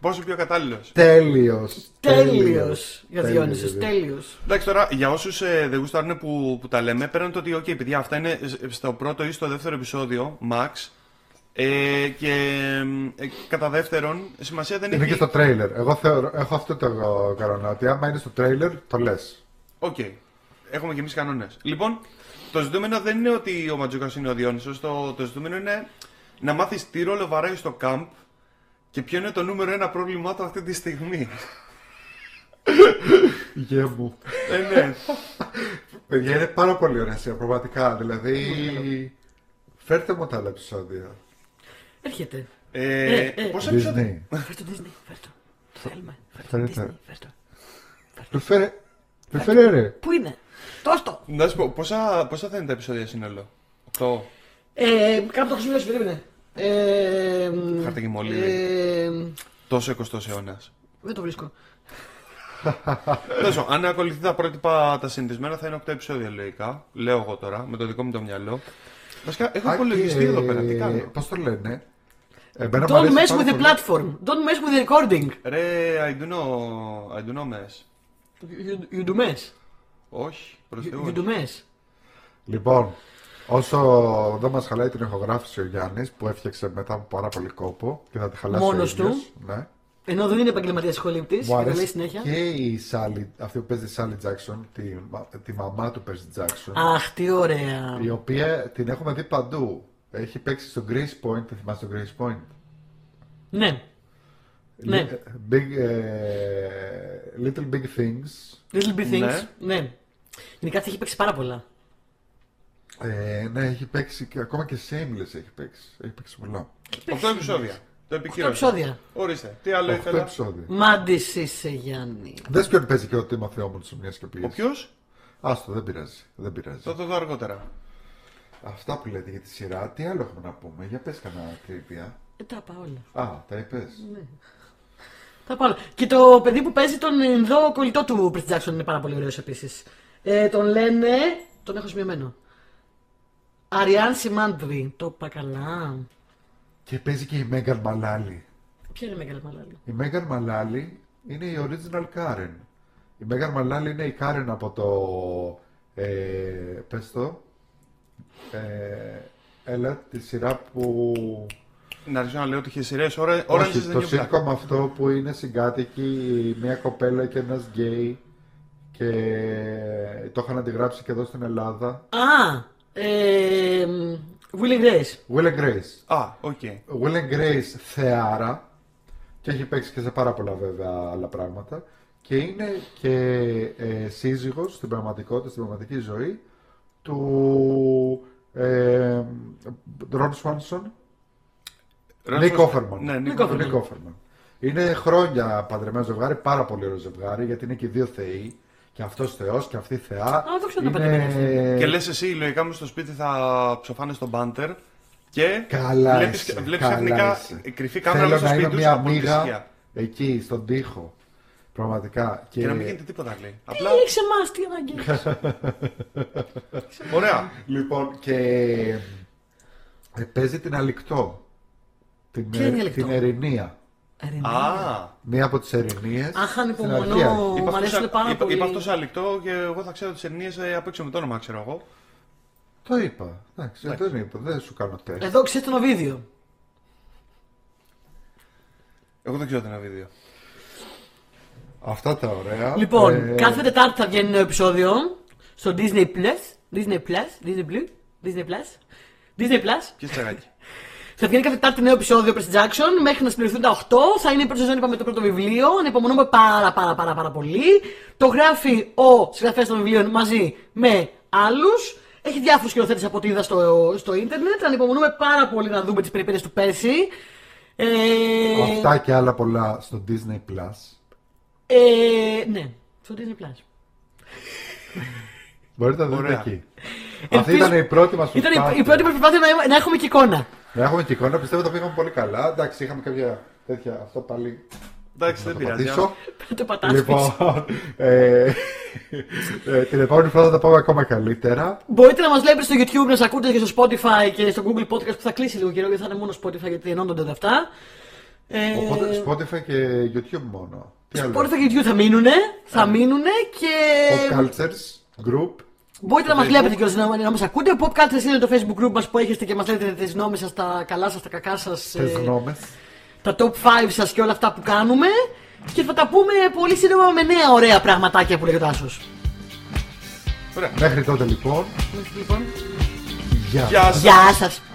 Speaker 3: Πόσο πιο κατάλληλος.
Speaker 2: Τέλειος.
Speaker 1: τέλειος για Διόνυσο.
Speaker 2: δηλαδή.
Speaker 1: Τέλειος.
Speaker 3: Εντάξει τώρα, για όσους ε, δεν γουστάρουν που, που τα λέμε, πέραν το ότι, OK, παιδιά, αυτά είναι σ- στο πρώτο ή στο δεύτερο επεισόδιο, Max. Ε, και ε, κατά δεύτερον, σημασία δεν
Speaker 2: Είναι και
Speaker 3: έχει.
Speaker 2: στο τρέιλερ. Εγώ θεωρώ, έχω αυτό το κανόνα. Ότι άμα είναι στο τρέιλερ, το λες.
Speaker 3: Οκ. Έχουμε και εμείς κανόνες. Λοιπόν, το ζητούμενο δεν είναι ότι ο Ματζούκα είναι ο Διόνυσος. Το, το ζητούμενο είναι να μάθεις τι ρόλο βαράει στο camp και ποιο είναι το νούμερο ένα πρόβλημά του αυτή τη στιγμή.
Speaker 2: Γε μου.
Speaker 3: Ε, ναι.
Speaker 2: Παιδιά, είναι πάρα πολύ ωραία σειρά, πραγματικά. Δηλαδή, φέρτε μου τα άλλα επεισόδια.
Speaker 1: Έρχεται.
Speaker 3: Ε,
Speaker 1: ε.
Speaker 3: πόσα επεισόδια.
Speaker 2: Disney.
Speaker 1: Φέρ το Disney, φέρ το. Θέλουμε. Φέρ το
Speaker 2: Φέρετε.
Speaker 1: Disney, φέρ το.
Speaker 2: Του φέρε. Του φέρε, ρε.
Speaker 1: Πού είναι. Δώσ' το.
Speaker 3: Να σου πω, πόσα, πόσα θα είναι τα επεισόδια σύνολο. Το.
Speaker 1: Ε, κάπου το έχω σημειώσει, περίμενε. Ε, μ,
Speaker 3: Χάρτα και μολύβι.
Speaker 1: ε, μ,
Speaker 3: Τόσο 20ο αιώνας.
Speaker 1: δεν το βρίσκω.
Speaker 3: Τέλος, αν ακολουθεί τα πρότυπα τα συνηθισμένα θα είναι 8 επεισόδια λογικά. Λέω εγώ τώρα, με το δικό μου το μυαλό. Βασικά, έχω υπολογιστή εδώ πέρα,
Speaker 2: ε,
Speaker 3: τι κάνω.
Speaker 2: Πώς το λένε. Ε, Εμένα μου
Speaker 1: Don't
Speaker 2: αρέσει
Speaker 1: mess
Speaker 2: πάρα
Speaker 1: with the
Speaker 2: πολύ.
Speaker 1: platform. Don't mess with the recording.
Speaker 3: Ρε, I do know, I do know mess.
Speaker 1: You- You do mess.
Speaker 3: Όχι, προς
Speaker 1: You-
Speaker 3: Θεού.
Speaker 1: You do mess.
Speaker 2: Λοιπόν, όσο δεν μας χαλάει την ηχογράφηση ο Γιάννης που έφτιαξε μετά από πάρα πολύ κόπο και θα τη χαλάσει
Speaker 1: Μόνος
Speaker 2: ο ίδιος,
Speaker 1: του.
Speaker 2: Ναι.
Speaker 1: Ενώ δεν είναι επαγγελματίας χολύπτη,
Speaker 2: Μου
Speaker 1: και το λέει
Speaker 2: αρέσει
Speaker 1: συνέχεια.
Speaker 2: και η Σάλι, αυτή που παίζει τη Σάλι Τζάξον, τη, μα- τη μαμά του παίζει Τζάξον,
Speaker 1: Αχ, τι ωραία.
Speaker 2: η οποία την έχουμε δει παντού. Έχει παίξει στο Grease Point, τη θυμάσαι το Grease Point.
Speaker 1: Ναι. Ναι.
Speaker 2: Li- Big, ε, little Big Things.
Speaker 1: Little Big Things.
Speaker 3: Ναι.
Speaker 1: Ναι. Γενικά τη έχει παίξει πάρα πολλά.
Speaker 2: Ε, ναι, έχει παίξει και ακόμα και Shameless έχει παίξει. Έχει παίξει πολλά.
Speaker 3: 8 επεισόδια. Το επικύρωσα.
Speaker 1: επεισόδια.
Speaker 3: Ορίστε, τι άλλο
Speaker 2: 8
Speaker 3: ήθελα.
Speaker 2: επεισόδια.
Speaker 1: Μάντης είσαι, Γιάννη.
Speaker 2: Δες ποιον παίζει και ο Τίμα Θεόμου τη Ομιά και
Speaker 3: Ο
Speaker 2: Πλήγης.
Speaker 3: ποιος,
Speaker 2: Άστο, δεν πειράζει. Δεν πειράζει.
Speaker 3: θα το δω αργότερα.
Speaker 2: Αυτά που λέτε για τη σειρά, τι άλλο έχουμε να πούμε. Για πες κανένα τρίβια.
Speaker 1: Ε, τα είπα όλα.
Speaker 2: Α, τα είπες.
Speaker 1: Τα είπα όλα. Και το παιδί που παίζει τον Ινδό κολλητό του Prince Jackson είναι πάρα πολύ ωραίος επίσης. Ε, τον λένε. Τον έχω σημειωμένο. Αριάν Σιμάντρη. Το είπα καλά.
Speaker 2: Και παίζει και η Μέγαν Μαλάλη.
Speaker 1: Ποια είναι η μεγάλη μαλάλη.
Speaker 2: Η Μέγαν Μαλάλη είναι η original Karen. Η Μέγαν Μαλάλη είναι η Karen από το. Ε, πες το. Ε, έλα, τη σειρά που.
Speaker 3: Να αρχίσω να λέω ότι είχε σειρές. Orange
Speaker 2: Όχι,
Speaker 3: is the
Speaker 2: το
Speaker 3: New Black.
Speaker 2: σύρκο με αυτό που είναι συγκάτοικοι μια κοπέλα και ένας γκέι και το είχαν αντιγράψει και εδώ στην Ελλάδα.
Speaker 1: Α! Ε, Willing Grace.
Speaker 2: Will and Grace.
Speaker 3: Α, οκ.
Speaker 2: Will and Grace θεάρα και έχει παίξει και σε πάρα πολλά βέβαια άλλα πράγματα και είναι και ε, σύζυγος στην πραγματικότητα, στην πραγματική ζωή του ε, Ρον Σουάνσον, Νίκ Offerman.
Speaker 3: Ναι, Nick
Speaker 1: Nick
Speaker 3: Offerman.
Speaker 1: Offerman.
Speaker 2: Nick Offerman. Είναι χρόνια παντρεμένο ζευγάρι, πάρα πολύ ωραίο ζευγάρι γιατί είναι και οι δύο θεοί και αυτός θεός και αυτή θεά.
Speaker 1: Α, δεν ξέρω να
Speaker 2: είναι...
Speaker 3: Και λες εσύ, λογικά μου στο σπίτι θα ψοφάνε στον μπάντερ και
Speaker 2: Καλά
Speaker 3: βλέπεις,
Speaker 2: είσαι,
Speaker 3: βλέπεις
Speaker 2: καλά
Speaker 3: ξαφνικά
Speaker 2: είσαι.
Speaker 3: κρυφή κάμερα
Speaker 2: Θέλω
Speaker 3: μέσα
Speaker 2: να
Speaker 3: στο
Speaker 2: είναι
Speaker 3: σπίτι τους
Speaker 2: μια
Speaker 3: από την
Speaker 2: μύγα εκεί στον τοίχο. Πραγματικά. Και,
Speaker 3: Και να μην γίνεται τίποτα άλλη. Απλά,
Speaker 1: Τι έχει εμάς, τι ανάγκη. έχεις.
Speaker 3: ωραία.
Speaker 2: Λοιπόν, και ε, παίζει την Αλικτό. Την, ε,
Speaker 1: Ποια είναι η Αλικτό?
Speaker 2: την Ερηνία.
Speaker 3: ναι.
Speaker 1: Ερηνία.
Speaker 3: Α,
Speaker 2: Μία από τις Ερηνίες.
Speaker 1: Αχ,
Speaker 2: στην αρχή.
Speaker 1: ανυπομονώ. Μ'
Speaker 3: είπα αυτός-
Speaker 1: αρέσουν πάρα
Speaker 3: είπα-
Speaker 1: πολύ.
Speaker 3: Είπα αυτός σε αληκτό και εγώ θα ξέρω τις ενίε απ' έξω με το όνομα, ξέρω εγώ.
Speaker 2: Το είπα. Εντάξει, δεν είπα. Δεν σου κάνω τεστ.
Speaker 1: Εδώ ξέρετε ένα βίντεο.
Speaker 3: Εγώ δεν ξέρω τι είναι βίντεο.
Speaker 2: Αυτά τα ωραία.
Speaker 1: Λοιπόν,
Speaker 2: Ε,
Speaker 1: κάθε Τετάρτη θα βγαίνει νέο επεισόδιο στο Disney Plus. Disney Plus, Disney Plus, Disney Plus. Disney Plus.
Speaker 3: Και στεγάκι. θα
Speaker 1: Θα βγαίνει κάθε Τετάρτη νέο επεισόδιο Press Jackson. Μέχρι να συμπληρωθούν τα 8. Θα είναι η πρώτη σεζόν, είπαμε, το πρώτο βιβλίο. Ανεπομονούμε πάρα πάρα πάρα πάρα πολύ. Το γράφει ο συγγραφέας των βιβλίων μαζί με άλλους. Έχει διάφορους σκηνοθέτες από ό,τι είδα στο, στο ίντερνετ. Ανυπομονούμε πάρα πολύ να δούμε τις περιπέτειες του πέρσι. Ε,
Speaker 2: Αυτά και άλλα πολλά στο Disney Plus.
Speaker 1: ε, ναι, στο Disney Plus.
Speaker 2: Μπορείτε να δείτε
Speaker 3: Ωραία.
Speaker 2: εκεί. Αυτή
Speaker 1: Ελπίζω-
Speaker 2: ήταν η πρώτη μας
Speaker 1: Ήταν η, η πρώτη μας προσπάθεια να, να έχουμε και εικόνα.
Speaker 2: Να έχουμε και εικόνα, πιστεύω το πήγαμε πολύ καλά. Εντάξει, είχαμε κάποια τέτοια. Αυτό πάλι.
Speaker 3: Εντάξει, δεν
Speaker 2: θα
Speaker 3: πειράζει.
Speaker 2: πατήσω.
Speaker 1: το πατάς πίσω.
Speaker 2: Λοιπόν, ε, ε, την επόμενη φορά θα τα πάμε ακόμα καλύτερα.
Speaker 1: Μπορείτε να μας βλέπετε στο YouTube, να σας ακούτε και στο Spotify και στο Google Podcast που θα κλείσει λίγο καιρό γιατί θα είναι μόνο Spotify γιατί ενώνονται τα αυτά. Ε,
Speaker 2: Οπότε Spotify και YouTube μόνο. Τι άλλο.
Speaker 1: Spotify και YouTube θα μείνουνε, θα μείνουνε και
Speaker 2: Pop Cultures Group.
Speaker 1: μπορείτε να μας βλέπετε και να, να μας ακούτε. Pop Cultures είναι το Facebook group μας που έχετε και μας λέτε τις νόμες σας, τα καλά σας, τα κακά σας,
Speaker 2: Τε
Speaker 1: ε,
Speaker 2: γνώμε.
Speaker 1: τα top 5 σας και όλα αυτά που κάνουμε. Και θα τα πούμε πολύ σύντομα με νέα ωραία πραγματάκια που λέγεται ο Τάσος.
Speaker 3: Ωραία.
Speaker 2: Μέχρι τότε λοιπόν.
Speaker 1: Λοιπόν,
Speaker 2: Γεια.
Speaker 3: Γεια σας.
Speaker 1: γεια σας!